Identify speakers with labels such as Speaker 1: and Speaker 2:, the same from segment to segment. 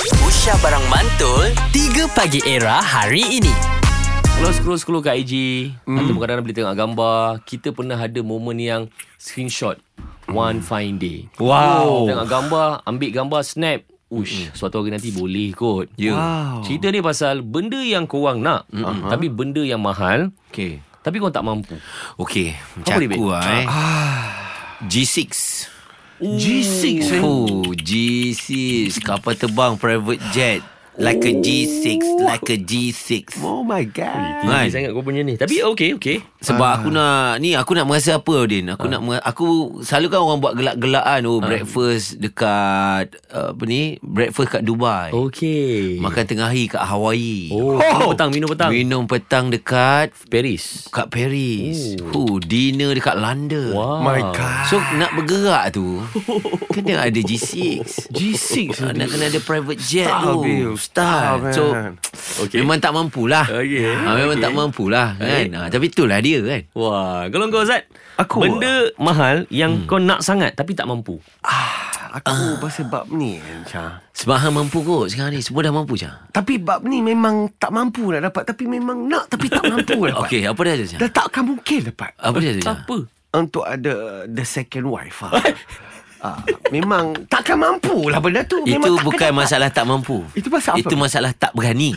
Speaker 1: Aisyah Barang Mantul 3 Pagi Era hari ini
Speaker 2: Kalau scroll-scroll kat IG hmm. Atau kadang-kadang boleh tengok gambar Kita pernah ada momen yang Screenshot One fine day
Speaker 3: Wow.
Speaker 2: Tengok gambar Ambil gambar snap Ush, suatu hari nanti boleh kot.
Speaker 3: Ya.
Speaker 2: Wow. Cerita ni pasal benda yang korang nak, uh-huh. tapi benda yang mahal,
Speaker 3: Okay.
Speaker 2: tapi korang tak mampu.
Speaker 3: Okay. Macam
Speaker 2: boleh, Ah.
Speaker 3: aku
Speaker 2: babe?
Speaker 3: lah eh. G6. G6 eh? Oh, G6. Kapal terbang private jet. Like a G6. Like a G6.
Speaker 4: Oh my
Speaker 3: Kan?
Speaker 4: god.
Speaker 2: Tinggi sangat Ah. kau punya ni. Tapi okay, okay.
Speaker 3: Sebab aku nak Ni aku nak merasa apa Din
Speaker 2: Ah.
Speaker 3: Aku nak mer- Aku selalu kan orang buat gelak-gelakan Oh breakfast dekat uh, Apa ni Breakfast kat Dubai
Speaker 2: Okay.
Speaker 3: Makan tengah hari kat Hawaii
Speaker 2: Oh, minum petang, minum petang.
Speaker 3: Minum petang dekat
Speaker 2: Paris.
Speaker 3: Kat Paris Oh Dinner dekat London
Speaker 2: Wow.
Speaker 4: My god.
Speaker 3: So nak bergerak tu Kena ada G6
Speaker 4: G6
Speaker 3: Ah, Nak kena ada private jet
Speaker 4: Star,
Speaker 3: tu
Speaker 4: babe.
Speaker 3: Star
Speaker 4: Star,
Speaker 3: So
Speaker 4: man.
Speaker 3: okay. Memang tak mampulah
Speaker 2: Okay.
Speaker 3: ha, Memang
Speaker 2: Okay.
Speaker 3: tak mampulah kan? Ha, Tapi itulah dia kan
Speaker 2: Wah, kalau kau Zat,
Speaker 4: Aku-
Speaker 2: benda mahal yang hmm. kau nak sangat tapi tak mampu.
Speaker 4: Aku pasal bab ni kan, Syah.
Speaker 3: Sebab hang mampu kot sekarang ni Semua dah mampu Cah
Speaker 4: Tapi bab ni memang tak mampu nak dapat Tapi memang nak tapi tak mampu dapat
Speaker 3: Okay apa dia tu Cah
Speaker 4: Dah takkan mungkin dapat
Speaker 3: Apa dia tu Cah
Speaker 2: Tak apa.
Speaker 4: Untuk ada the second wife ah. ah, Memang takkan mampu lah benda tu memang
Speaker 3: Itu
Speaker 4: takkan
Speaker 3: bukan
Speaker 4: dapat.
Speaker 3: masalah tak mampu
Speaker 4: Itu masalah apa?
Speaker 3: Itu masalah tak berani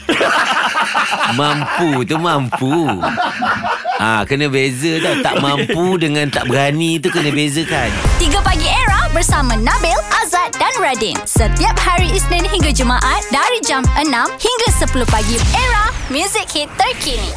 Speaker 3: Mampu tu mampu Ah ha, Kena beza tau Tak mampu dengan tak berani tu kena bezakan
Speaker 5: 3 Pagi Era bersama Nabil, Azad dan Radin. Setiap hari Isnin hingga Jumaat dari jam 6 hingga 10 pagi. Era, music hit terkini.